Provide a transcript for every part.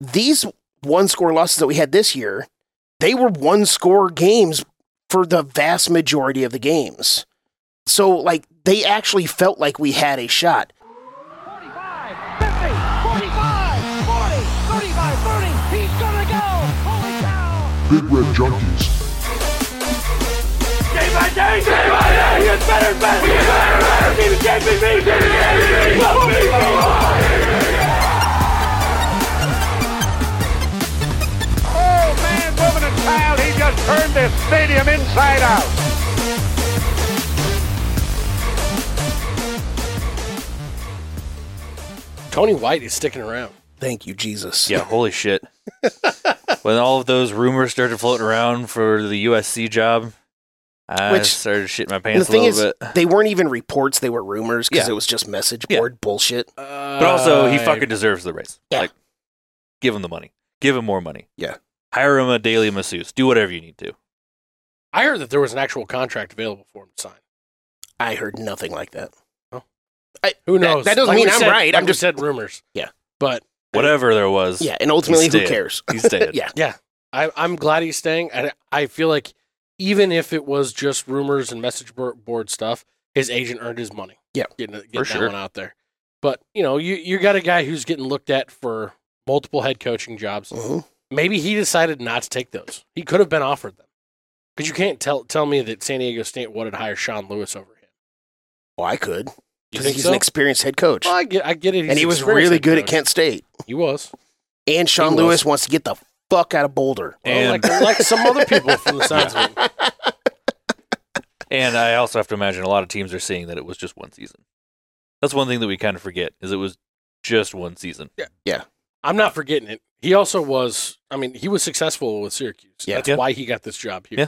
These one score losses that we had this year, they were one score games for the vast majority of the games. So, like, they actually felt like we had a shot. 45, 50, 45, 40, 35, 30. He's gonna go. Holy cow. Big Red Junkies. Day by day, day by day. He gets better and better. He gets better and better. He became me. He became me. Love me. Oh, man, woman, and child. He just turned this stadium inside out. Tony White is sticking around. Thank you, Jesus. Yeah, holy shit. when all of those rumors started floating around for the USC job, I Which- started shitting my And the pants a thing little is, bit. they weren't even reports; they were rumors because Yeah. it was just message Yeah. board bullshit. Uh, But also, he fucking deserves the raise. Yeah. Like, give him the money. Give him more money. Yeah. Hire him a daily masseuse. Do whatever you need to. I heard that there was an actual contract available for him to sign. I heard nothing like that. Who That- knows? that doesn't Like we mean I'm said- right. like I'm we just- said rumors. Yeah. but Whatever there was. Yeah, and ultimately, He's who dead. cares? He's dead. Yeah. I, I'm glad he's staying, and I feel like even if it was just rumors and message board, board stuff, his agent earned his money. Yeah. getting, getting For that sure. one out there. But you know, you you got a guy who's getting looked at for multiple head coaching jobs. Mhm. Maybe he decided not to take those. He could have been offered them, because you can't tell tell me that San Diego State wanted to hire Sean Lewis over him. Well, I could You because think he's so? an experienced head coach, Well, I get I get it. He's and he an was experienced really head good at coach. Kent State. He was. And Sean He was. Lewis wants to get the fuck out of Boulder. Well, And- like, like some other people from the sounds of it. And I also have to imagine a lot of teams are seeing that it was just one season. That's one thing that we kind of forget is it was just one season. I'm not forgetting it. He also was. I mean, he was successful with Syracuse. Yeah. That's Yeah. why he got this job here. Yeah.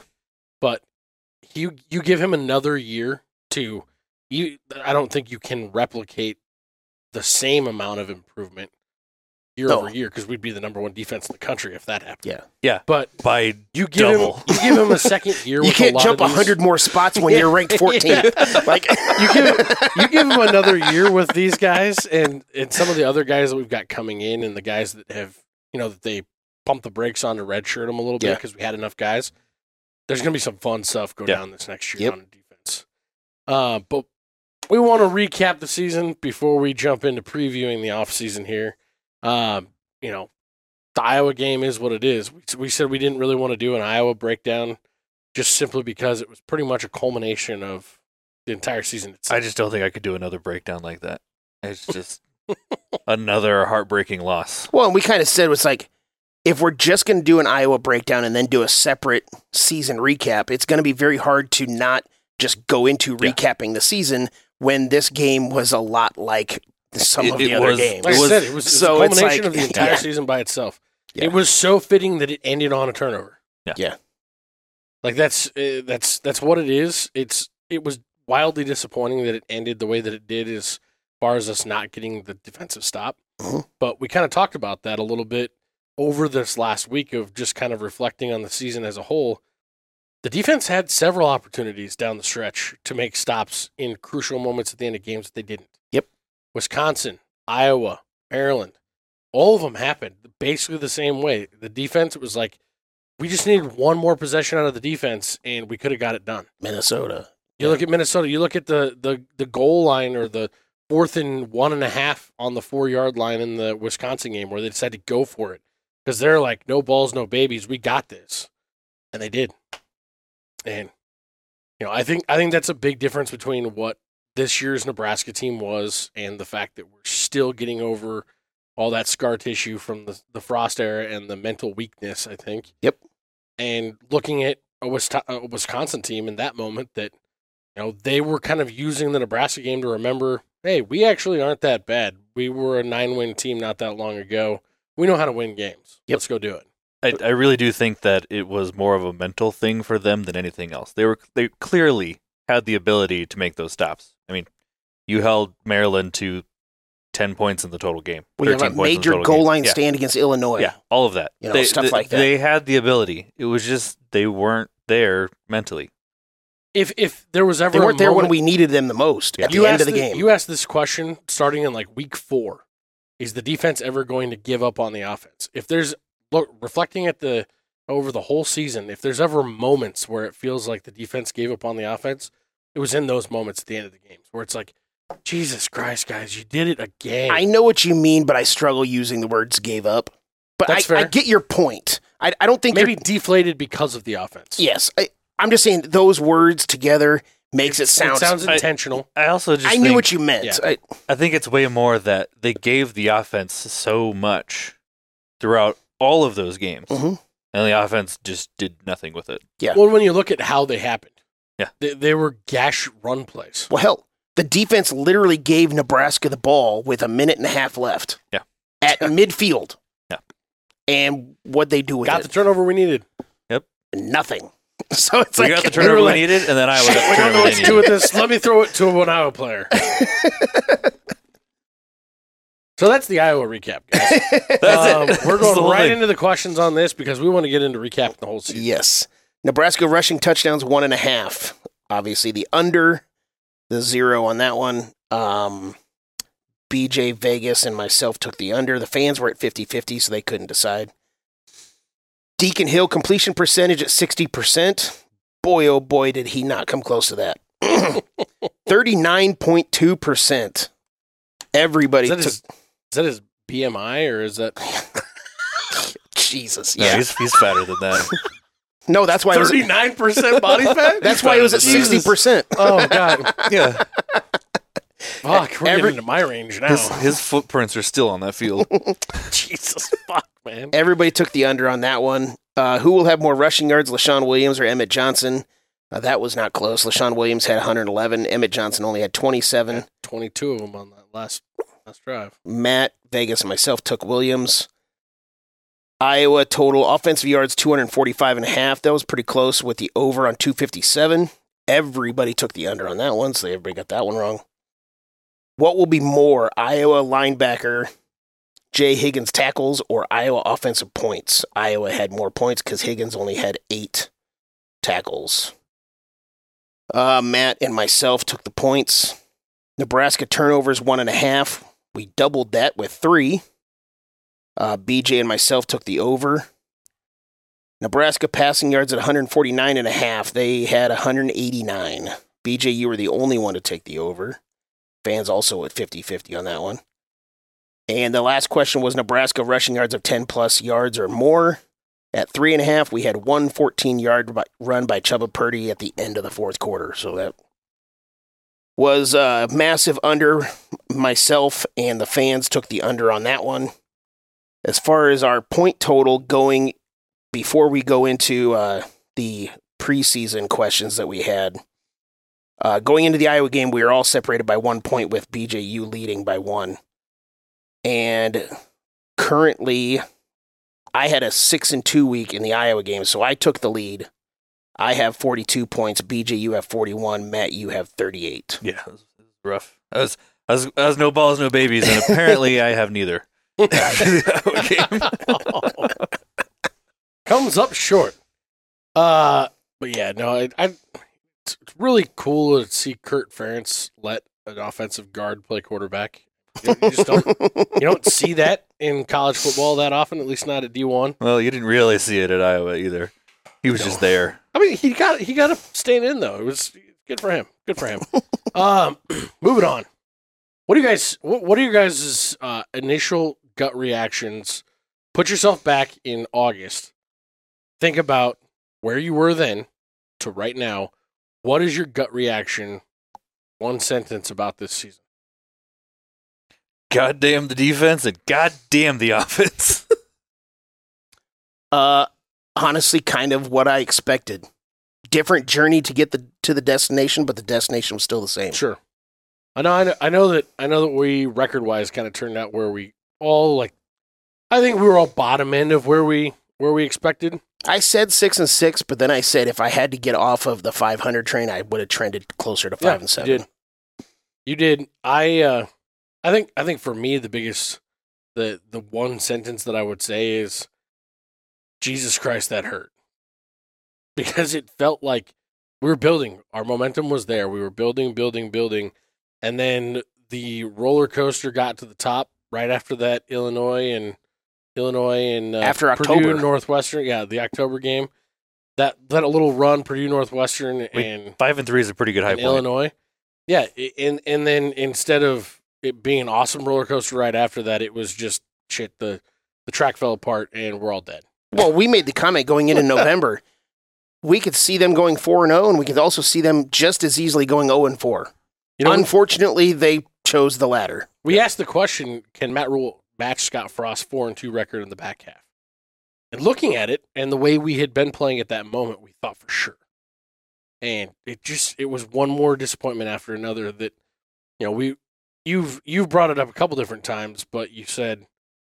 But you you give him another year to you. I don't think you can replicate the same amount of improvement year No. over year because we'd be the number one defense in the country if that happened. Yeah. Yeah. But By you give Double. him you give him a second year. You with a can't lot jump of these- hundred more spots when you're ranked 14th. Like you give you give him another year with these guys and and some of the other guys that we've got coming in and the guys that have you know that they pump the brakes on to redshirt them a little bit Yeah. because we had enough guys. There's gonna be some fun stuff go Yeah. down this next year Yep. on defense. Uh, but we want to recap the season before we jump into previewing the offseason here. Um, you know, the Iowa game is what it is. We, we said we didn't really want to do an Iowa breakdown just simply because it was pretty much a culmination of the entire season itself. I just don't think I could do another breakdown like that. It's just another heartbreaking loss. Well, and we kind of said it's like if we're just going to do an Iowa breakdown and then do a separate season recap, it's going to be very hard to not just go into Yeah. recapping the season when this game was a lot like some It- of the it other was- games. Like It I was- said, it was, it was so a it's culmination like- of the entire yeah. season by itself. Yeah. It was so fitting that it ended on a turnover. Yeah. Yeah. Like that's uh, that's that's what it is. It's it was wildly disappointing that it ended the way that it did, as far as us not getting the defensive stop. Mhm. But we kind of talked about that a little bit over this last week of just kind of reflecting on the season as a whole. The defense had several opportunities down the stretch to make stops in crucial moments at the end of games that they didn't. Yep. Wisconsin, Iowa, Maryland, all of them happened basically the same way. The defense it was like we just needed one more possession out of the defense and we could have got it done. Minnesota. You Yeah. look at Minnesota, you look at the, the the goal line or the fourth and one and a half on the four yard line in the Wisconsin game where they decided to go for it because they're like, no balls, no babies, we got this, and they did. And you know, I think I think that's a big difference between what this year's Nebraska team was and the fact that we're still getting over all that scar tissue from the, the frost era and the mental weakness. I think. Yep. And looking at a, Wist- a Wisconsin team in that moment that you know, they were kind of using the Nebraska game to remember, hey, we actually aren't that bad. We were a nine win team not that long ago. We know how to win games. Yep. Let's go do it. I, I really do think that it was more of a mental thing for them than anything else. They were they clearly had the ability to make those stops. I mean, you held Maryland to ten points in the total game. We have 13 a points in major the total goal game. line yeah. stand against Illinois. Yeah, all of that. You know, stuff like that. They had the ability. It was just they weren't there mentally. If if there was ever They a weren't there when moment- we needed them the most Yeah. at the end asked of the thi- game. You asked this question starting in like week four is the defense ever going to give up on the offense? If there's look reflecting at the over the whole season, if there's ever moments where it feels like the defense gave up on the offense, it was in those moments at the end of the games where it's like, Jesus Christ, guys, you did it again. I know what you mean, but I struggle using the words "gave up." But That's I, I fair. get your point. I, I don't think Maybe you're- deflated because of the offense. yes. I, I'm just saying those words together makes it sound. it sounds I- intentional. I also just I think, knew what you meant. yeah. I, I think it's way more that they gave the offense so much throughout all of those games, Mm-hmm. Mhm. and the offense just did nothing with it. Yeah. Well, when you look at how they happened, Yeah. they, they were gash run plays. well, hell, the defense literally gave Nebraska the ball with a minute and a half left. Yeah. At midfield. Yeah. And what they do with Got the it? turnover we needed. Nothing. So it's we like got the turnover we literally- needed, and then I got the I don't know turnover what they to do needed. with this. Let me throw it to an Iowa player. so that's the Iowa recap, guys. That's Um, it. We're That's the going whole right thing. into the questions on this because we want to get into recapping the whole season. Yes. Nebraska rushing touchdowns one and a half. Obviously the under, the zero on that one. Um, BJ Vegas and myself took the under. The fans were at 50-50, so they couldn't decide. Deacon Hill completion percentage at 60%. Boy, oh boy, did he not come close to that. 39.2%. Everybody Is that, took. his, is that his BMI or is that Jesus. No, Yeah. he's, he's fatter than that. No, that's why it was, 39% body fat? that's why it was at Jesus. 60%. Oh, God. yeah, Fuck, we're Every- getting into my range now. his, his footprints are still on that field. Jesus fuck, man. Everybody took the under on that one. Uh, who will have more rushing yards, LaShawn Williams or Emmett Johnson? Uh, that was not close. LaShawn Williams had 111. Emmett Johnson only had 27. 22 of them on that last, last drive. Matt, Vegas, and myself took Williams. Iowa total offensive yards 245 and a half. That was pretty close with the over on 257. Everybody took the under on that one, so everybody got that one wrong. What will be more, Iowa linebacker Jay Higgins tackles or Iowa offensive points? Iowa had more points because Higgins only had eight tackles. Uh, Matt and myself took the points. Nebraska turnovers one and a half. We doubled that with three. Uh, BJ and myself took the over. Nebraska passing yards at 149 and a half. They had 189. BJ, you were the only one to take the over. Fans also at 50 50 on that one. And the last question was Nebraska rushing yards of 10 plus yards or more. At three and a half, we had one 14 yard by- run by Chuba Purdy at the end of the fourth quarter. So that was a massive under myself and the fans took the under on that one. As far as our point total going before we go into uh, the preseason questions that we had, uh, going into the Iowa game, we were all separated by one point with BJU leading by one. And currently, I had a six and two week in the Iowa game, so I took the lead. I have 42 points. BJ, you have 41. Matt, you have 38. Yeah, it was, it was rough. I was, I was, I was no balls, no babies, and apparently I have neither. okay. Comes up short. Uh, but yeah, no, I, I it's it's really cool to see Kurt Ferentz let an offensive guard play quarterback. You, you just don't, you don't see that in college football that often, at least not at D one. Well, you didn't really see it at Iowa either. He was just there. I mean, he got he got up staying in though. It was good for him. Good for him. um, moving on. What do you guys? What, what are your guys' uh, initial gut reactions? Put yourself back in August. Think about where you were then to right now. What is your gut reaction? One sentence about this season. God damn the defense and god damn the offense. Uh, honestly, kind of what I expected. Different journey to get the to the destination, but the destination was still the same. Sure. I know, I know. I know that. I know that we record wise kind of turned out where we all like. I think we were all bottom end of where we where we expected. I said six and six, but then I said if I had to get off of the 500 train, I would have trended closer to Yeah, five and seven. You did. You did. I uh I think I think for me the biggest the the one sentence that I would say is Jesus Christ that hurt. Because it felt like we were building. Our momentum was there. We were building, building, building. And then the roller coaster got to the top right after that Illinois and Illinois and uh, After Purdue October. Northwestern. Yeah, the October game. That that little run Purdue Northwestern and Five and three is a pretty good high in point. Illinois. Yeah, i- and and then instead of it being an awesome roller coaster ride after that, it was just shit. The the track fell apart and we're all dead. Well, we made the comment going into November. We could see them going 4 and 0, and we could also see them just as easily going 0 and 4. You know, Unfortunately, they chose the latter. we asked the question: Can Matt Rule match Scott Frost's four and two record in the back half? And looking at it and the way we had been playing at that moment, we thought for sure. And it just it was one more disappointment after another that you know we you've you've brought it up a couple different times, but you said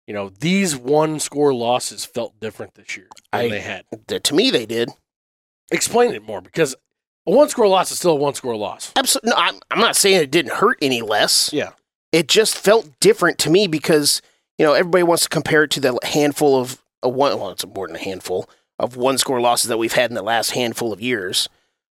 you know these one score losses felt different this year than I- they had. Th- To me, they did. explain it more because a one score loss is still a one score loss. Absolutely. No, I'm, I'm not saying it didn't hurt any less. Yeah. It just felt different to me because, you know, everybody wants to compare it to the handful of, a one, well, it's more than a handful of one score losses that we've had in the last handful of years.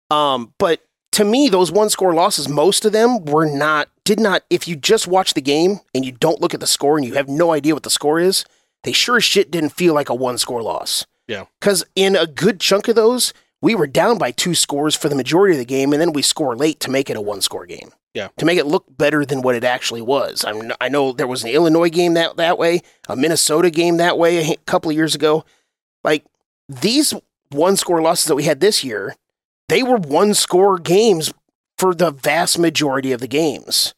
Um, but to me, those one score losses, most of them were not, did not, if you just watch the game and you don't look at the score and you have no idea what the score is, they sure as shit didn't feel like a one score loss. Yeah. Because in a good chunk of those, we were down by two scores for the majority of the game, and then we score late to make it a one score game. Yeah. To make it look better than what it actually was. I'm, I know there was an Illinois game that, that way, a Minnesota game that way a h- couple of years ago. Like these one score losses that we had this year, they were one score games for the vast majority of the games.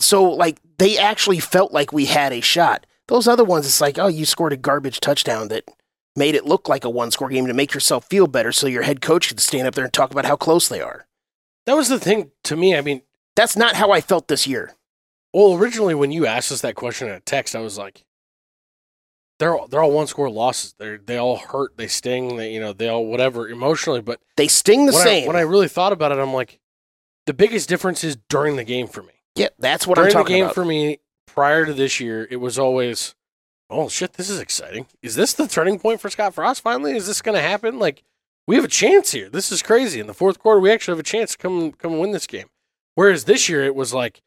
So, like, they actually felt like we had a shot. Those other ones, it's like, oh, you scored a garbage touchdown that made it look like a one score game to make yourself feel better so your head coach could stand up there and talk about how close they are. That was the thing to me. I mean, That's not how I felt this year. well, originally when you asked us that question in a text, I was like, they're all, they're all one score losses. They they all hurt. They sting. They you know they all whatever emotionally. But They sting the when, same. I, when I really thought about it, I'm like, the biggest difference is during the game for me. yeah, that's what I'm during the talking game about. for me prior to this year, it was always, oh shit, this is exciting. Is this the turning point for Scott Frost finally? Is this going to happen? Like, we have a chance here. This is crazy. In the fourth quarter, we actually have a chance to come come and win this game. Whereas this year, it was like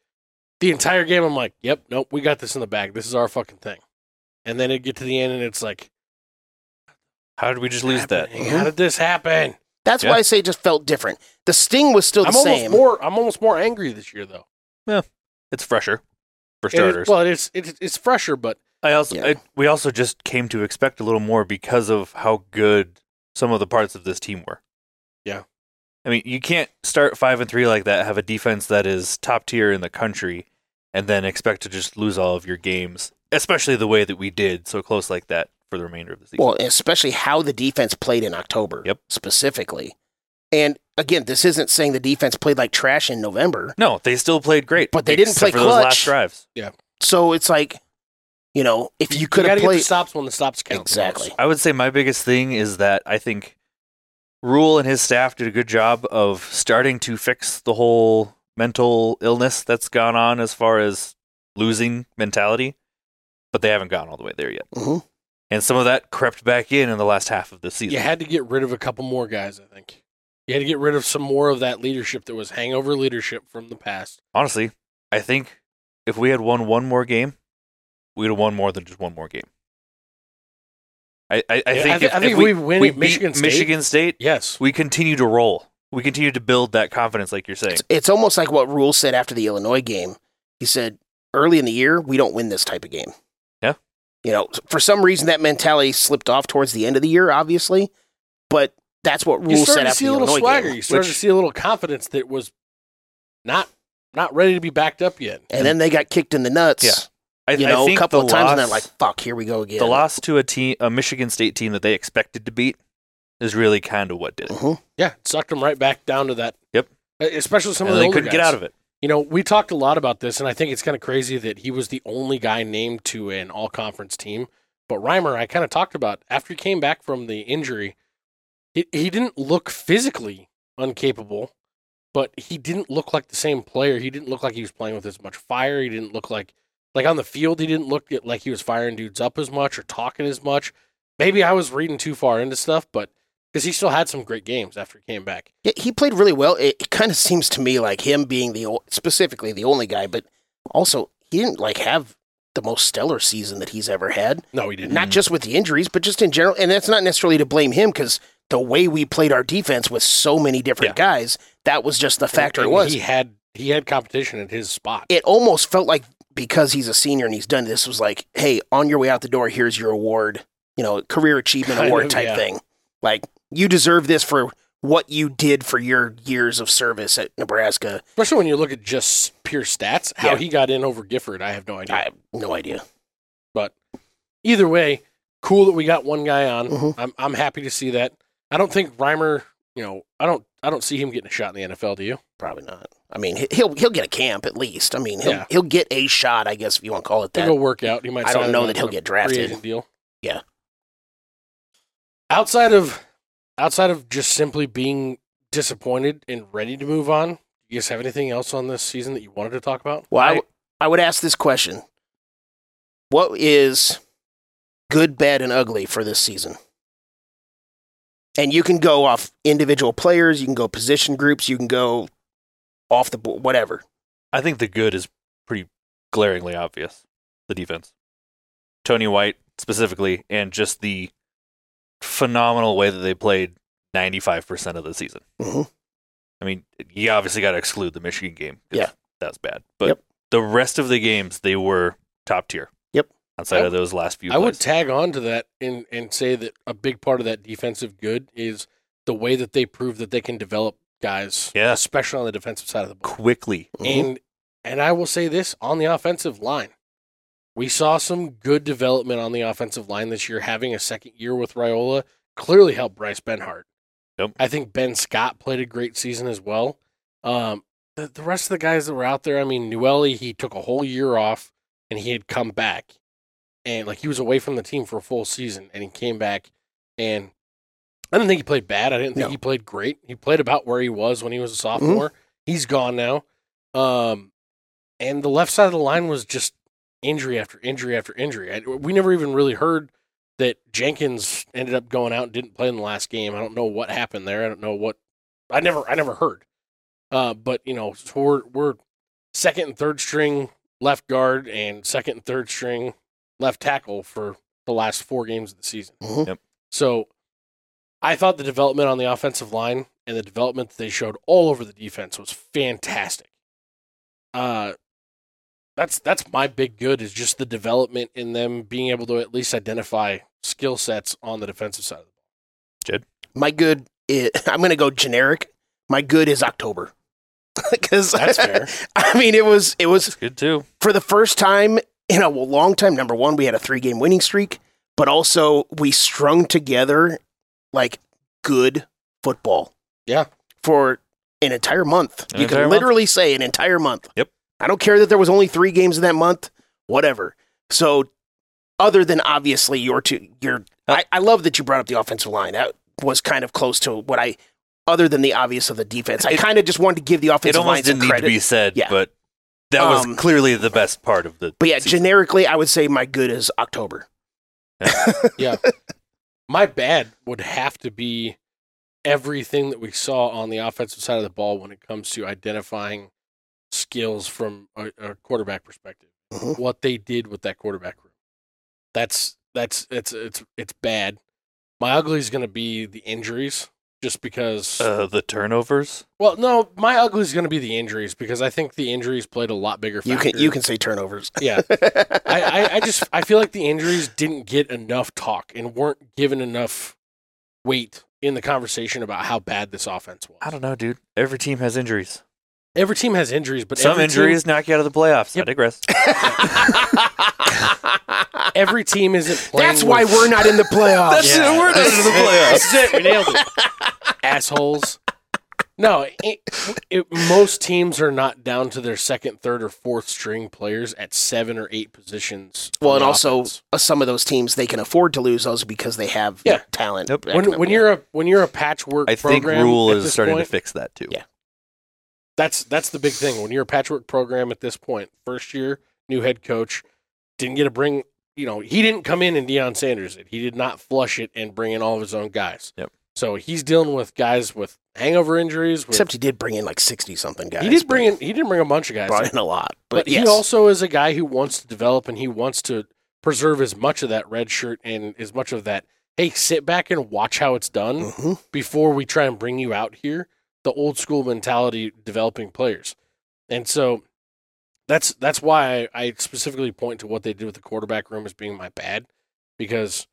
the entire game. I'm like, yep, nope, we got this in the bag. This is our fucking thing. And then it get to the end, and it's like, How did we just lose that? happening? Mm-hmm. How did this happen? that's Yeah. why I say it just felt different. The sting was still the I'm same. almost more. I'm almost more angry this year though. It's fresher for And it- starters. well, it's it's it's fresher, but I also Yeah. I, we also just came to expect a little more because of how good some of the parts of this team were. Yeah. I mean, you can't start 5 and 3 like that, have a defense that is top tier in the country and then expect to just lose all of your games, especially the way that we did so close like that for the remainder of the season. Well, especially how the defense played in October. Yep. Specifically. And again, this isn't saying the defense played like trash in November. no, they still played great. But they didn't play except for those last clutch. drives. So it's like, you know, if you could got have to get the played stops when the stops count. exactly. I would say my biggest thing is that I think Rule and his staff did a good job of starting to fix the whole mental illness that's gone on as far as losing mentality, but they haven't gone all the way there yet. Mm-hmm. Mhm. And some of that crept back in in the last half of the season. You had to get rid of a couple more guys, I think. You had to get rid of some more of that leadership that was hangover leadership from the past. Honestly, I think if we had won one more game, we'd have won more than just one more game. I, I, I Yeah, I think thi- if, I think if if we we, win at beat Michigan State- Michigan State, Yes. we continue to roll. We continue to build that confidence, like you're saying. It's, it's almost like what Rule said after the Illinois game. He said, early in the year, we don't win this type of game. Yeah. You know, for some reason, that mentality slipped off towards the end of the year, obviously. But that's what Rule You said started to after see the a little Illinois swagger. game. you started which- to see a little confidence that was not not ready to be backed up yet. And then they got kicked in the nuts. Yeah. I, you I know, a think couple the of times, and they're loss- like, "Fuck, here we go again." the loss to a team, a Michigan State team that they expected to beat, is really kind of what did it. Mhm. Yeah, it sucked them right back down to that. Yep. E- Especially some and of the they older couldn't get guys. out of it. You know, we talked a lot about this, and I think it's kind of crazy that he was the only guy named to an all conference team. But Reimer, I kind of talked about after he came back from the injury, he, he didn't look physically uncapable, but he didn't look like the same player. He didn't look like he was playing with as much fire. He didn't look like, like on the field, he didn't look at- like he was firing dudes up as much or talking as much. Maybe I was reading too far into stuff, but because he still had some great games after he came back. Yeah, he played really well. It, it kind of seems to me like him being the o- specifically the only guy, but also he didn't like have the most stellar season that he's ever had. No, he didn't. Not just with the injuries, but just in general. And that's not necessarily to blame him because the way we played our defense with so many different guys, that was just the factor. It And was. He had he had competition at his spot. it almost felt like because he's a senior and he's done this was like, hey, on your way out the door, here's your award, you know, career achievement Kind award of, type yeah. thing. Like you deserve this for what you did for your years of service at Nebraska. Especially when you look at just pure stats, how Yeah. he got in over Gifford, I have no idea. I have no idea. But either way, cool that we got one guy on. Mhm. I'm I'm happy to see that. I don't think Reimer, you know, I don't I don't see him getting a shot in the NFL. Do you? Probably not. I mean, he- he'll he'll get a camp at least. I mean, he'll Yeah. he'll get a shot, I guess, if you want to call it He'll that. go work out. He might. Uh, I don't sign know on that for he'll a get free drafted. agent deal. Yeah. Outside of outside of just simply being disappointed and ready to move on, you guys have anything else on this season that you wanted to talk about? Well, I, w- I would ask this question: What is good, bad, and ugly for this season? And you can go off individual players, you can go position groups, you can go off the board, whatever. I think the good is pretty glaringly obvious. The defense, Tony White specifically, and just the phenomenal way that they played ninety-five percent of the season. Mhm. I mean, you obviously got to exclude the Michigan game. 'cause Yeah. that's bad. But Yep. the rest of the games, they were top tier. Yep. Outside I- of those last few, I would plays. tag on to that and, and say that a big part of that defensive good is the way that they prove that they can develop guys, Yeah. especially on the defensive side of the ball. quickly. And and I will say this on the offensive line. We saw some good development on the offensive line this year. Having a second year with Raiola clearly helped Bryce Benhart. Yep. I think Ben Scott played a great season as well. Um, the, the rest of the guys that were out there, I mean, Newelli, he took a whole year off and he had come back. And like he was away from the team for a full season and he came back. And I didn't think he played bad. I didn't think No. he played great. He played about where he was when he was a sophomore. He's gone now. Um, and the left side of the line was just injury after injury after injury. I, we never even really heard that Jenkins ended up going out and didn't play in the last game. I don't know what happened there. I don't know what. I never, I never heard. Uh, but you know, so we're we're second and third string left guard and second and third string left tackle for the last four games of the season. Mhm. Yep. So I thought the development on the offensive line and the development that they showed all over the defense was fantastic. Uh that's that's my big good is just the development in them being able to at least identify skill sets on the defensive side of the My good, i I'm going to go generic. My good is October because ball. That's fair. I mean, it was it was It's good too. for the first time in a long time, number one, we had a three game winning streak, but also we strung together like good football. Yeah. For an entire month. An you entire can month. literally say an entire month. Yep. I don't care that there was only three games in that month, whatever. So, other than obviously your two, your, I, I love that you brought up the offensive line. That was kind of close to what I, other than the obvious of the defense, I It- kind of just wanted to give the It offensive line almost some didn't need credit. to be said, Yeah. but that Um, was clearly the best part of the. But yeah, season. generically, I would say my good is October. my bad would have to be everything that we saw on the offensive side of the ball when it comes to identifying skills from a, a quarterback perspective. Mhm. What they did with that quarterback room. That's that's it's it's it's bad. My ugly is going to be the injuries just because uh, the turnovers. well no, my ugly is going to be the injuries because I think the injuries played a lot bigger You can factor. you can say turnovers. yeah. I, I, I just I feel like the injuries didn't get enough talk and weren't given enough weight in the conversation about how bad this offense was. I don't know, dude. Every team has injuries. Every team has injuries, but Some every injuries knock you out of the playoffs. I Yep. digress. team, every team isn't. Playing That's why with- we're not in the playoffs. That's it, we're not in the playoffs. That's it. We nailed it. Assholes. No, it, it, most teams are not down to their second, third, or fourth string players at seven or eight positions. on Well, and the also offense. uh, some of those teams they can afford to lose those because they have Yeah. talent. Yep. backing when them when up. you're a when you're a patchwork. I think program Rule at is this starting point, to fix that too. Yeah. that's that's the big thing when you're a patchwork program at this point first year new head coach didn't get to bring you know he didn't come in and Deion sanders did. he did not flush it and bring in all of his own guys Yep. So he's dealing with guys with hangover injuries. With, Except he did bring in like sixty something guys. he did but bring in he didn't bring a bunch of guys. brought in a lot, but, But yes, he also is a guy who wants to develop and he wants to preserve as much of that red shirt and as much of that, hey, sit back and watch how it's done Mhm. before we try and bring you out here. The old school mentality developing players. And so that's that's why I, I specifically point to what they did with the quarterback room as being my bad because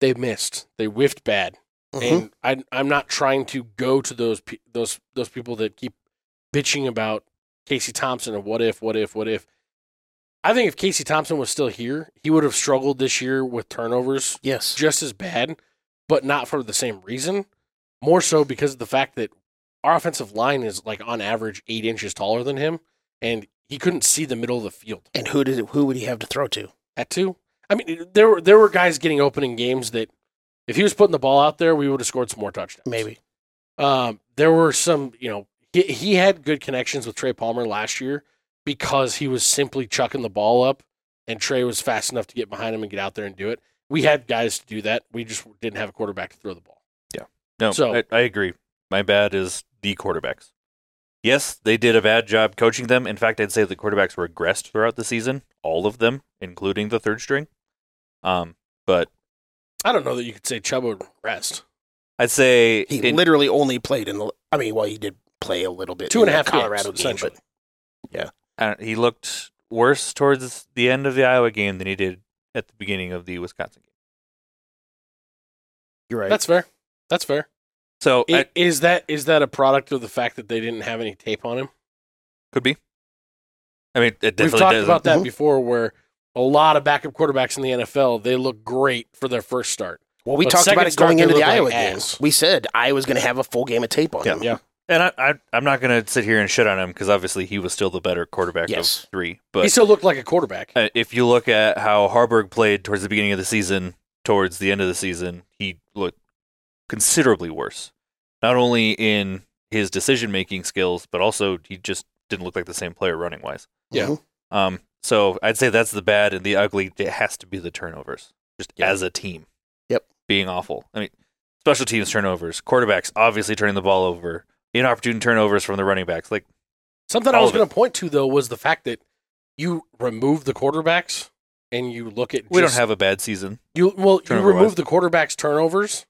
they missed. They whiffed bad Mhm. and I, I'm not trying to go to those pe- those those people that keep bitching about Casey Thompson and what if, what if, what if. I think if Casey Thompson was still here, he would have struggled this year with turnovers yes, just as bad, but not for the same reason. More so because of the fact that our offensive line is like on average eight inches taller than him, and he couldn't see the middle of the field. and who did it, who would he have to throw to? That too. I mean, there were there were guys getting open in games that if he was putting the ball out there, we would have scored some more touchdowns. Maybe Um, there were some, you know, he, he had good connections with Trey Palmer last year because he was simply chucking the ball up and Trey was fast enough to get behind him and get out there and do it. We had guys to do that. We just didn't have a quarterback to throw the ball. No, So- I, I agree. My bad is the quarterbacks. Yes, they did a bad job coaching them. In fact, I'd say the quarterbacks regressed throughout the season, all of them, including the third string. Um, but I don't know that you could say Chubb would rest. I'd say he in- literally only played in the. I mean, well, he did play a little bit Two in and a the half games, Colorado game, essentially. but I don't- uh, he looked worse towards the end of the Iowa game than he did at the beginning of the Wisconsin game. you're right. That's fair. That's fair. So I- it is that is that a product of the fact that they didn't have any tape on him? could be. I mean, it We've definitely talked doesn't. about that Mhm. before, where a lot of backup quarterbacks in the NFL they look great for their first start. well, we but talked about second it going start, they into the look like Iowa ass. game. We said Iowa's going to have a full game of tape on Yeah. him. Yeah. and I, I, I'm not going to sit here and shit on him because obviously he was still the better quarterback Yes. of three. he But still looked like a quarterback. uh, if you look at how Harburg played towards the beginning of the season, towards the end of the season, he looked considerably worse. Not only in his decision making skills, but also he just didn't look like the same player running wise. Yeah. Mhm. Um, so I'd say that's the bad and the ugly. It has to be the turnovers, just Yeah. as a team. Yep. Being awful. I mean, special teams turnovers, quarterbacks obviously turning the ball over, inopportune turnovers from the running backs. Like, Something I All was of it. going to point to though was the fact that you remove the quarterbacks and you look at we don't just- have a bad season. you well you turnover-wise. remove the quarterbacks turnovers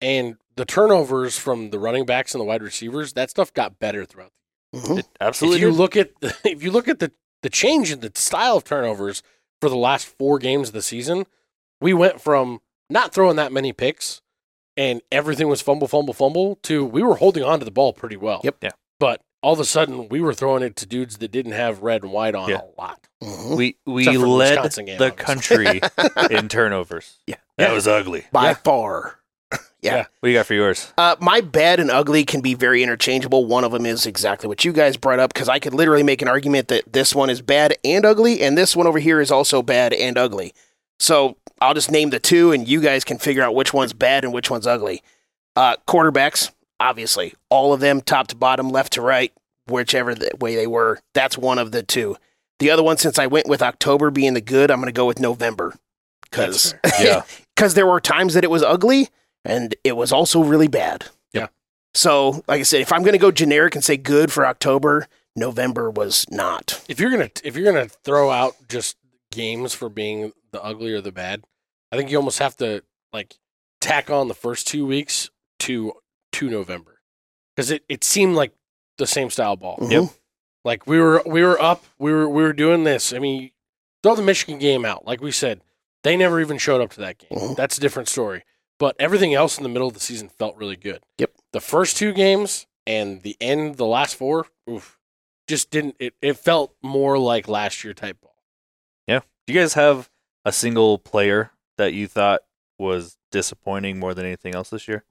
and the turnovers from the running backs and the wide receivers that stuff got better throughout. Mhm. It absolutely. if you did. look at the, if you look at the the change in the style of turnovers for the last four games of the season, we went from not throwing that many picks and everything was fumble, fumble, fumble to we were holding on to the ball pretty well. Yep. Yeah. But all of a sudden, we were throwing it to dudes that didn't have red and white on Yeah. a lot. Mhm. we we Except for the led Wisconsin game, the obviously. country in turnovers. Yeah. That was ugly. by Yeah. far. yeah. Yeah. What do you got for yours? Uh, my bad and ugly can be very interchangeable. One of them is exactly what you guys brought up because I could literally make an argument that this one is bad and ugly, and this one over here is also bad and ugly. So I'll just name the two, and you guys can figure out which one's bad and which one's ugly. Uh, quarterbacks, obviously, all of them, top to bottom, left to right, whichever the way they were. That's one of the two. The other one, since I went with October being the good, I'm going to go with November because Yeah. because there were times that it was ugly and it was also really bad. Yeah. So, like I said, if I'm going to go generic and say good for October, November was not. If you're gonna if you're gonna throw out just games for being the ugly or the bad, I think you almost have to like tack on the first two weeks to to November because it, it seemed like the same style ball. Mhm. Yep. Like we were we were up, we were we were doing this. I mean, throw the Michigan game out. Like we said, they never even showed up to that game. Mhm. That's a different story. But everything else in the middle of the season felt really good. Yep. The first two games and the end, the last four, oof, just didn't. It, it felt more like last year type ball. Do you guys have a single player that you thought was disappointing more than anything else this year?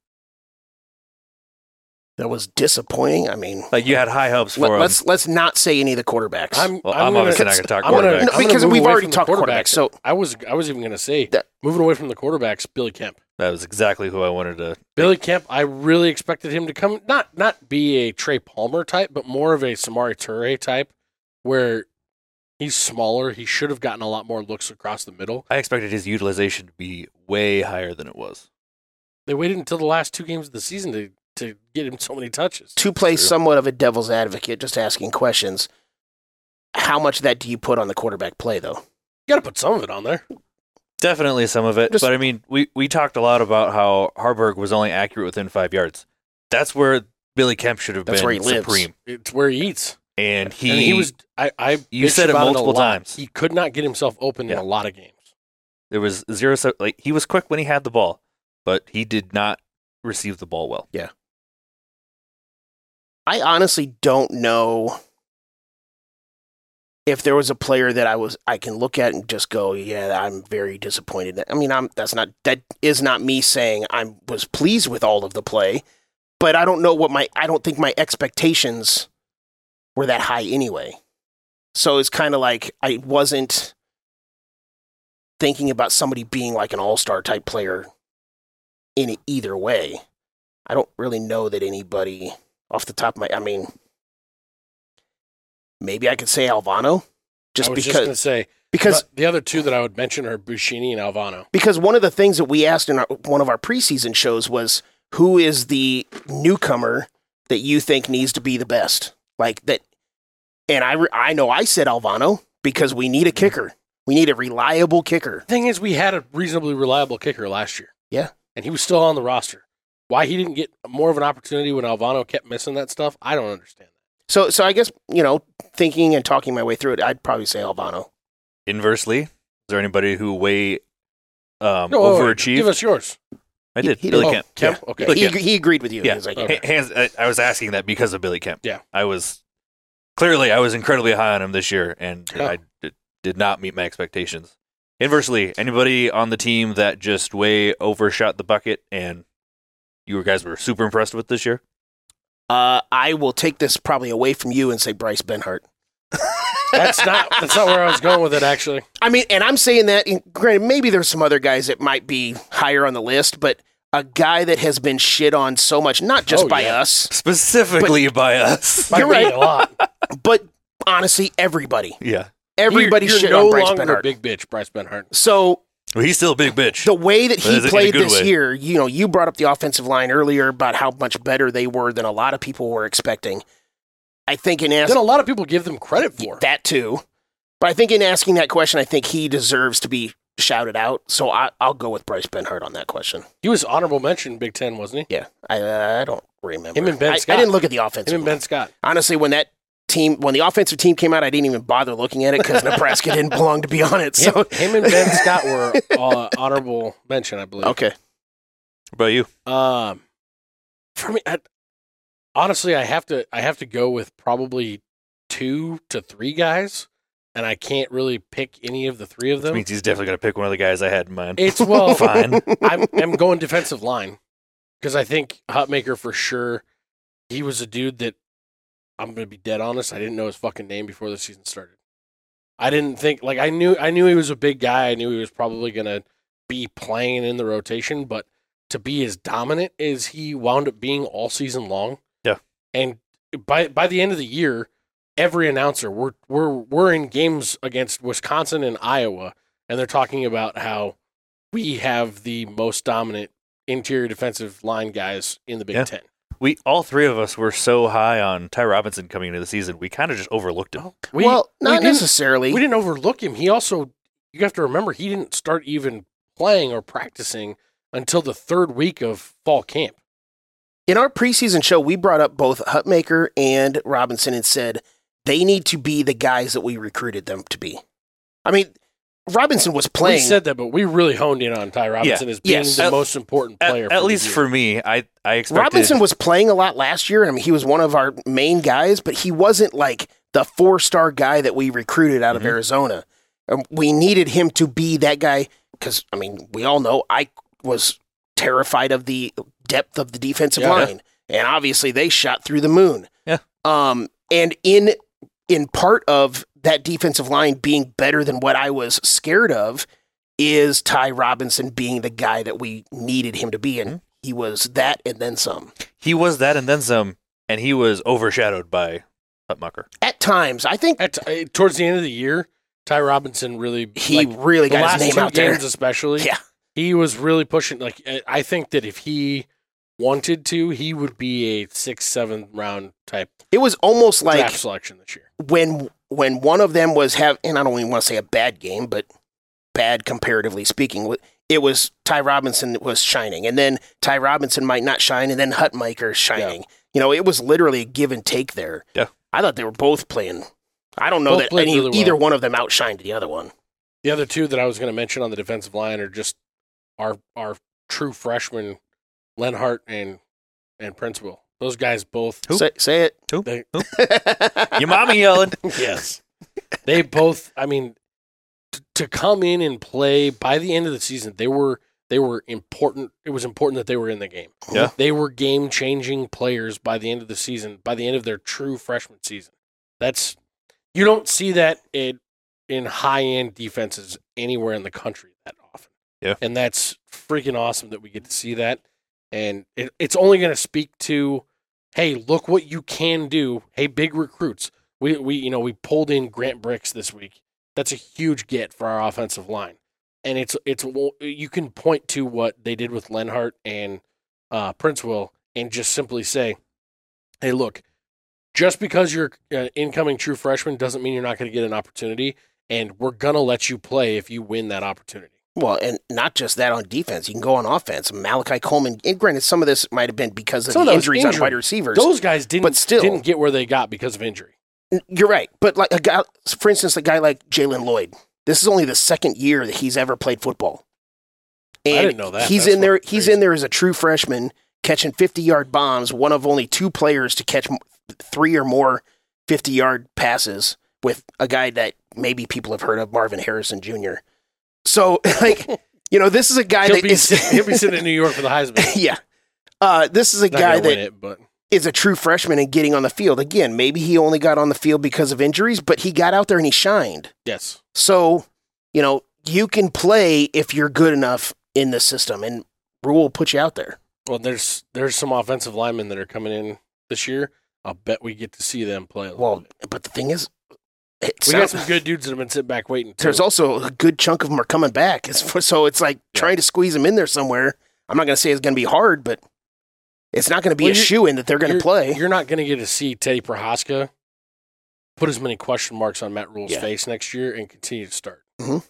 That was disappointing. I mean, Like you had high hopes for let, him. us let's not say any of the quarterbacks. I'm well, I'm, I'm, gonna, obviously not going to talk I'm gonna- quarterbacks. No, I'm gonna because move we've away already from the talked quarterbacks. quarterbacks. So, I was I was even gonna say That- moving away from the quarterbacks, Billy Kemp. that was exactly who I wanted to. Billy Kemp, I really expected him to come not not be a Trey Palmer type, but more of a Samari Toure type, where he's smaller. He should have gotten a lot more looks across the middle. I expected his utilization to be way higher than it was. They waited until the last two games of the season to, to get him so many touches. to play True. somewhat of a devil's advocate, just asking questions. How much of that do you put on the quarterback play, though? You got to put some of it on there. Definitely some of it, Just- but I mean, we we talked a lot about how Harburg was only accurate within five yards. That's where Billy Kemp should have That's been where he lives. supreme, It's where he eats. and he, and he was. I. I You bitched said it about multiple a lot. times. He could not get himself open in a Yeah. lot of games. there was zero se- like he was quick when he had the ball, but he did not receive the ball well. I honestly don't know if there was a player that I was I can look at and just go, yeah, I'm very disappointed. that-" I mean, I'm that's not that is not me saying I was pleased with all of the play, but I don't know what my I don't think my expectations were that high anyway. So it's kind of like I wasn't thinking about somebody being like an all-star type player in either way. I don't really know that anybody off the top of my I mean maybe I could say Alvano just I was because just gonna say because the other two that I would mention are Bushini and Alvano. because one of the things that we asked in our, one of our preseason shows was who is the newcomer that you think needs to be the best like that and i re- i know i said alvano because we need a Mm-hmm. kicker we need a reliable kicker thing is, we had a reasonably reliable kicker last year. Yeah. And he was still on the roster. Why he didn't get more of an opportunity when Alvano kept missing that stuff, I don't understand. so so i guess you know thinking and talking my way through it i'd probably say alvano Inversely, is there anybody who way No, wait, um, wait, overachieved? Oh, Give us yours. Oh, I did. He- he Billy did. Kemp. Kemp? Okay. Look, he, yeah. he agreed with you Yeah. he was like Okay. Ha- Hands, I, I was asking that because of Billy Kemp. Yeah. I was clearly I was incredibly high on him this year, and Yeah. I d- did not meet my expectations. Inversely, anybody on the team that just way overshot the bucket and you guys were super impressed with this year? uh, i will take this probably away from you and say bryce benhart That's not that's not where I was going with it actually. I mean, and I'm saying that. and Granted, maybe there's some other guys that might be higher on the list, but a guy that has been shit on so much, not just Oh, by yeah. us, Specifically by us. By You're me right. a lot. but honestly, everybody, yeah. everybody you're, shit you're no on Bryce longer a Benhart. big bitch, Bryce Benhart. so Well, he's still a big bitch. the way that But he is it in a played good this way? year, you know, you brought up the offensive line earlier about how much better they were than a lot of people were expecting. I think in Then asking a lot of people give them credit for. that too, but I think in asking that question, I think he deserves to be shouted out. So I, I'll go with Bryce Benhart on that question. He was honorable mention in Big Ten, wasn't Yeah, I I don't remember. Him and Ben I, Scott. I didn't look at the he? offensive. Him and Ben Scott. Honestly, when that team, when the offensive team came out, I didn't even bother looking at it because Nebraska didn't belong to be on it. Him, So him and Ben Scott were uh, honorable mention, I believe. okay, What about you? Um, for me, I, honestly, I have to I have to go with probably two to three guys, and I can't really pick any of the three of That them. means he's definitely going to pick one of the guys I had in mind. It's well, Fine. I'm I'm going defensive line because I think Hutmaker for sure. He was a dude that I'm gonna be dead honest. I didn't know his fucking name before the season started. I didn't think like I knew I knew he was a big guy. I knew he was probably gonna be playing in the rotation, but to be as dominant as he wound up being all season long, Yeah. And by by the end of the year, every announcer we're we're we're in games against Wisconsin and Iowa, and they're talking about how we have the most dominant interior defensive line guys in the Big Yeah. Ten. We all three of us were so high on Ty Robinson coming into the season, we kind of just overlooked him. We, well, we not didn't- necessarily. We didn't overlook him. He also, you have to remember, he didn't start even playing or practicing until the third week of fall camp. In our preseason show, we brought up both Hutmaker and Robinson and said they need to be the guys that we recruited them to be. I mean, Robinson was We playing. said that, but we really honed in on Ty Robinson as being Yes. the At- most important At, player. at the least year. for me, I I expected Robinson was playing a lot last year, and I mean, he was one of our main guys, but he wasn't like the four star guy that we recruited out of Mhm. Arizona. Um, We needed him to be that guy because, I mean, we all know I was terrified of the depth of the defensive Yeah. line, and obviously they shot through the moon. Yeah. Um, and in in part of that defensive line being better than what I was scared of is Ty Robinson being the guy that we needed him to be, and he was that and then some. he was that and then some, and he was overshadowed by Hutmucker. At times, I think At, uh, towards the end of the year, Ty Robinson really he like, really the got his last name two out there. games especially. Yeah. He was really pushing. Like I- I think that if he wanted to, he would be a six, seven round type It was almost like draft selection this year. when when one of them was have and I don't even want to say a bad game, but bad comparatively speaking. It was Ty Robinson that was shining, and then Ty Robinson might not shine, and then Hutmaker shining. You know, it was literally a give and take there. Yeah. I thought they were both playing. I don't know Both that played any, really well. either one of them outshined the other one. The other two that I was going to mention on the defensive line are just our our true freshmen, Lenhart and and Prince Will. Those guys both Who? Say, say it. Who? They- Who? Your mommy yelling. yes. They both, I mean, t- to come in and play by the end of the season, they were they were important. It was important that they were in the game. Yeah. They were game changing players by the end of the season, by the end of their true freshman season. That's you don't see that in in high end defenses anywhere in the country that often. Yeah. And that's freaking awesome that we get to see that. And it, it's only going to speak to, hey, look what you can do. Hey, big recruits, we we you know we pulled in Grant Bricks this week. That's a huge get for our offensive line, and it's it's you can point to what they did with Lenhart and uh, Prince Will, and just simply say, "Hey, look, just because you're an incoming true freshman doesn't mean you're not going to get an opportunity, and we're gonna let you play if you win that opportunity." Well, and not just that on defense. You can go on offense. Malachi Coleman. And granted, some of this might have been because of Some of the those injuries on injury- wide receivers. Those guys didn't But still- didn't get where they got because of injury. You're right. But like a guy, for instance, a guy like Jalen Lloyd. This is only the second year that he's ever played football. And didn't know that. He's That's in there. fucking He's crazy. in there as a true freshman, catching 50 yard bombs. One of only two players to catch m- three or more 50 yard passes with a guy that maybe people have heard of, Marvin Harrison Jr. So like, you know, this is a guy He'll that be, is- sit- he'll be sitting in New York for the Heisman. yeah. Uh, this is a Not guy gonna win that it, but is a true freshman and getting on the field. Again, maybe he only got on the field because of injuries, but he got out there and he shined. yes, So, you know, you can play if you're good enough in the system, and Rule will put you out there. Well, there's there's some offensive linemen that are coming in this year. I'll bet we get to see them play. A little Well, bit. but the thing is, it we got sounds- some good dudes that have been sitting back waiting. Too. there's also a good chunk of them are coming back. It's for, so it's like trying to squeeze them in there somewhere. I'm not going to say it's going to be hard, but it's not going to be Well, a you're- shoe in that they're going to You're- play. You're not going to get to see Teddy Prohaska put as many question marks on Matt Rule's Yeah. face next year and continue to start. Mhm.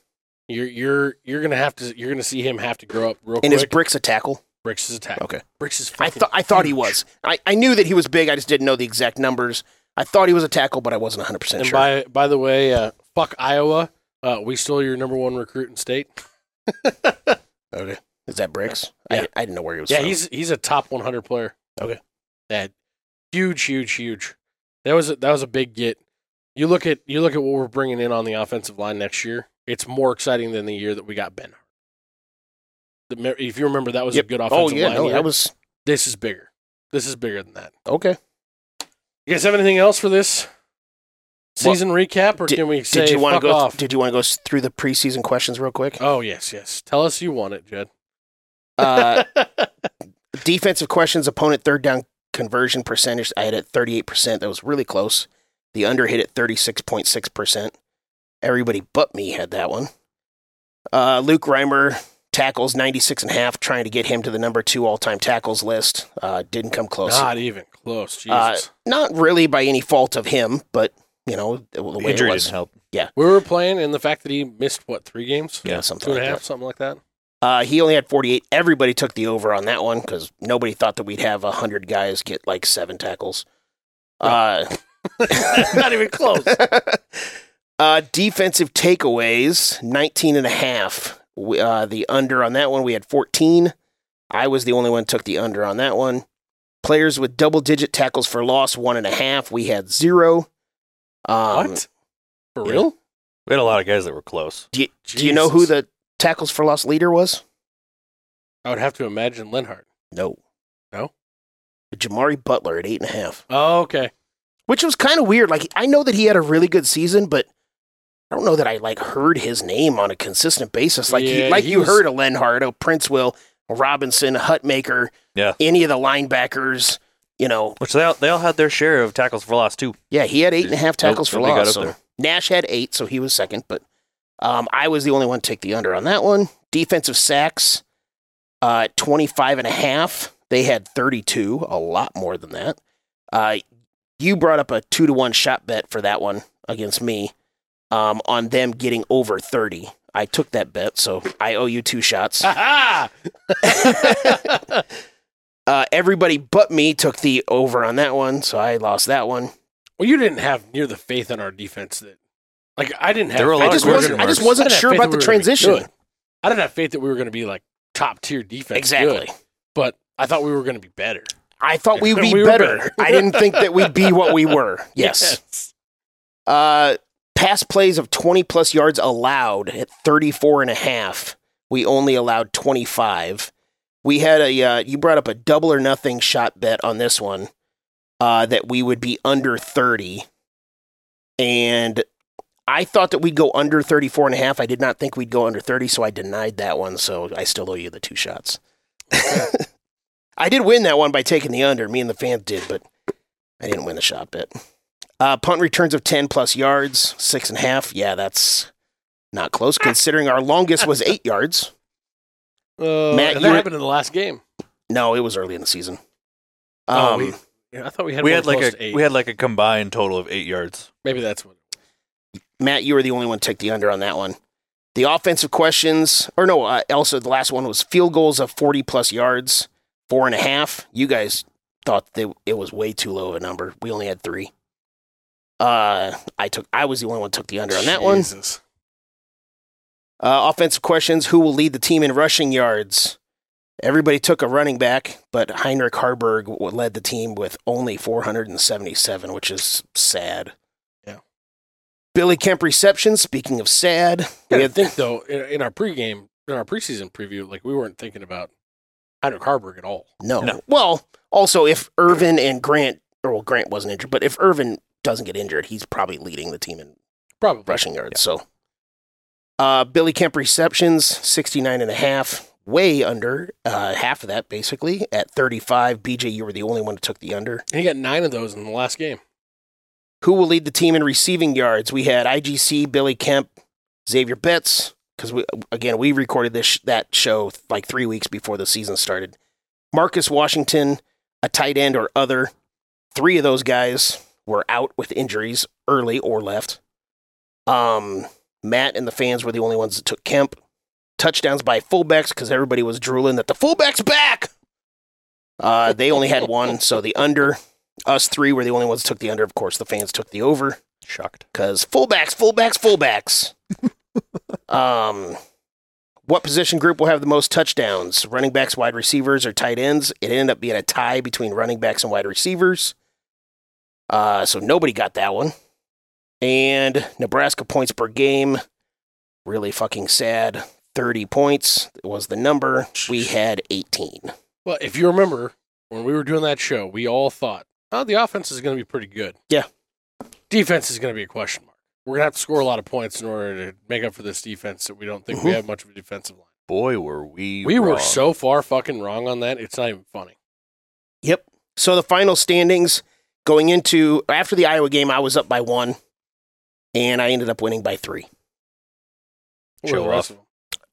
You're you're you're going to have to you're going to see him have to grow up real And quick. his bricks a tackle. Bricks is attack. Okay. Bricks is. I fucking thought I thought he huge. was. I, I knew that he was big. I just didn't know the exact numbers. I thought he was a tackle, but I wasn't 100 percent And sure. by by the way, uh, fuck Iowa. Uh, we stole your number one recruit in state. okay, is that bricks? Yeah. I, I didn't know where he was. Yeah, from. he's he's a top 100 player. Okay. That huge, huge, huge. That was a, that was a big get. You look at you look at what we're bringing in on the offensive line next year. It's more exciting than the year that we got Ben. Hart. The me- If you remember, that was Yep. a good offensive Oh yeah, line. no, year. that was This is bigger. This is bigger than that. okay. You guys have anything else for this season recap, or Did- can we say did you want fuck to go? off? Did you want to go s- through the preseason questions real quick? oh yes, yes. Tell us you want it, Jed. Uh, defensive questions: opponent third down conversion percentage. I had at thirty eight percent. That was really close. The under hit at thirty six point six percent. Everybody but me had that one. Uh, Luke Reimer tackles 96 and a half, trying to get him to the number two all time tackles list. Uh, didn't come close. Not even close. Jesus. Uh, Not really by any fault of him, but you know the way it Injury was. didn't help. we were playing, and the fact that he missed what three games, Yeah, something two and a like half, that. something like that. Uh, he only had 48. Everybody took the over on that one because nobody thought that we'd have 100 guys get like seven tackles. Uh, Not even close. uh, defensive takeaways, 19 and a half. We, uh, the under on that one, we had 14. I was the only one took the under on that one. Players with double digit tackles for loss, one and a half. We had zero. Um, what? For real? We had a lot of guys that were close. Do you, do you know who Jesus. the tackles for loss leader was? I would have to imagine Lenhart. No. No? Jamari Butler at eight and a half. Oh, okay. which was kind of weird. Like I know that he had a really good season, but I don't know that I like heard his name on a consistent basis. Like Yeah, you, like he you was- heard a Lenhard, a Prince Will, a Robinson, a Hutmaker, Yeah. any of the linebackers. You know, Which they all, they all had their share of tackles for loss too. yeah, he had eight and a half Nope, tackles for nobody got loss. up so- there. Nash had eight, so he was second. But Um, I was the only one to take the under on that one. Defensive sacks, uh, 25 and a half. They had 32, a lot more than that. Uh, you brought up a two to one shot bet for that one against me um, on them getting over 30. I took that bet, so I owe you two shots. Ah. Ha ha! Uh, everybody but me took the over on that one, so I lost that one. well, you didn't have near the faith in our defense that, like, I didn't have. There were a lot I of just good wasn't, I remarks. just wasn't I had sure faith about the that we were gonna be transition. good. I didn't have faith that we were going to be like top tier defense. Exactly. good, but I thought we were going to be better. I thought we'd be We were better. better. I didn't think that we'd be what we were. Yes. Uh, pass plays of 20 plus yards allowed at 34 and a half. We only allowed 25. We had a, uh, you brought up a double or nothing shot bet on this one uh, that we would be under 30. And I thought that we'd go under 34 and a half. I did not think we'd go under 30, so I denied that one. So I still owe you the two shots. I did win that one by taking the under. Me and the fans did, but I didn't win the shot bet. Uh, punt returns of 10 plus yards, six and a half. Yeah, that's not close considering our longest was eight yards. Uh, Matt, you and that were- happened in the last game. No, it was early in the season. Um, Oh, we- Yeah, I thought we had we one had like close a to eight. we had like a combined total of eight yards. maybe that's what. Matt, you were the only one to take the under on that one. The offensive questions, or no, uh, also the last one was field goals of 40 plus yards, four and a half. You guys thought that it was way too low a number. We only had three. Uh, I took. I was the only one who took the under on that one. Jesus. Uh, offensive questions: Who will lead the team in rushing yards? Everybody took a running back, but Heinrich Harburg w- led the team with only 477, which is sad. Yeah. Billy Kemp receptions. Speaking of sad, we Yeah, I had think though in, in our pregame, in our preseason preview, like we weren't thinking about Heinrich Harburg at all. no. No. Well, also if Irvin and Grant, or well, Grant wasn't injured, but if Irvin doesn't get injured, he's probably leading the team in Probably rushing yards. So, uh, Billy Kemp receptions, 69 and a half, way under uh, half of that, basically, at 35. BJ, you were the only one who took the under. And he got nine of those in the last game. Who will lead the team in receiving yards? We had IGC, Billy Kemp, Xavier Betts, because we again we recorded this sh- that show like three weeks before the season started. Marcus Washington, a tight end or other. Three of those guys were out with injuries early or left. Um, Matt and the fans were the only ones that took Kemp. Touchdowns by fullbacks because everybody was drooling that the fullback's back. Uh, they only had one, so the under. Us three were the only ones that took the under. Of course, the fans took the over Shocked. because fullbacks, fullbacks, fullbacks. um, what position group will have the most touchdowns? Running backs, wide receivers, or tight ends? It ended up being a tie between running backs and wide receivers. Uh, so nobody got that one. And Nebraska points per game, really fucking sad. 30 points was the number. We had 18. Well, if you remember when we were doing that show, we all thought, "Oh, the offense is going to be pretty good." Yeah. defense is going to be a question mark. We're going to have to score a lot of points in order to make up for this defense that we don't think we Mhm. have much of a defensive line. Boy, were we We were wrong. so far fucking wrong on that. It's not even funny. Yep. So the final standings going into after the Iowa game, I was up by one, and I ended up winning by three. What were Show the rest of them?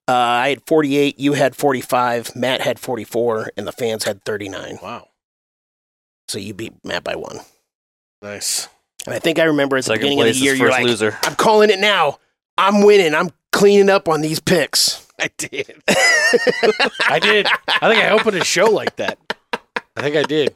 Uh, I had 48, you had 45, Matt had 44, and the fans had 39. Wow, So you beat Matt by one. nice. And I think I remember at the second beginning of the place year, is you're first like, loser. I'm calling it now. I'm winning. I'm cleaning up on these picks. I did. I did. I think I opened a show like that. I think I did.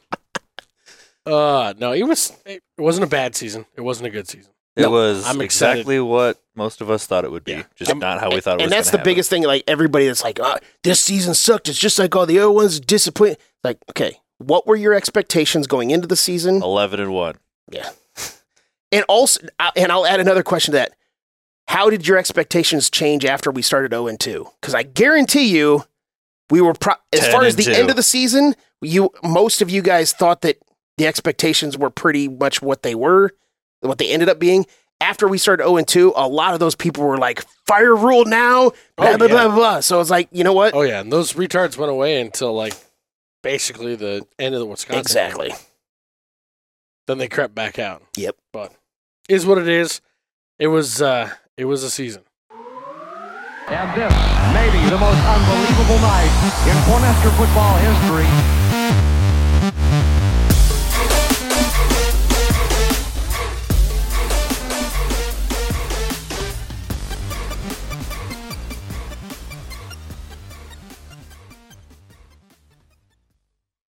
Uh no, it was it wasn't a bad season. It wasn't a good season. It No, was I'm excited. exactly what most of us thought it would be, Yeah. just not how we thought it and was. that's gonna the biggest thing. Like everybody that's like, "Ah, this season sucked. It's just like all the other ones, disappointing. Like, okay, what were your expectations going into the season? happen. Eleven and one. And also, I- and I'll add another question to that. How did your expectations change after we started 0 and 2? Because I guarantee you, we were pro- as 10 far as and the 2. end of the season. You most of you guys thought that the expectations were pretty much what they were, what they ended up being. After we started 0 and 2, a lot of those people were like, "Fire rule now!" Blah Oh, blah, yeah. blah blah blah. So it's like, you know what? Oh yeah, and those retards went away until like basically the end of the Wisconsin. exactly. Then they crept back out. Yep. But is what it is. It was uh it was a season. And this may be the most unbelievable night in Cornhusker football history.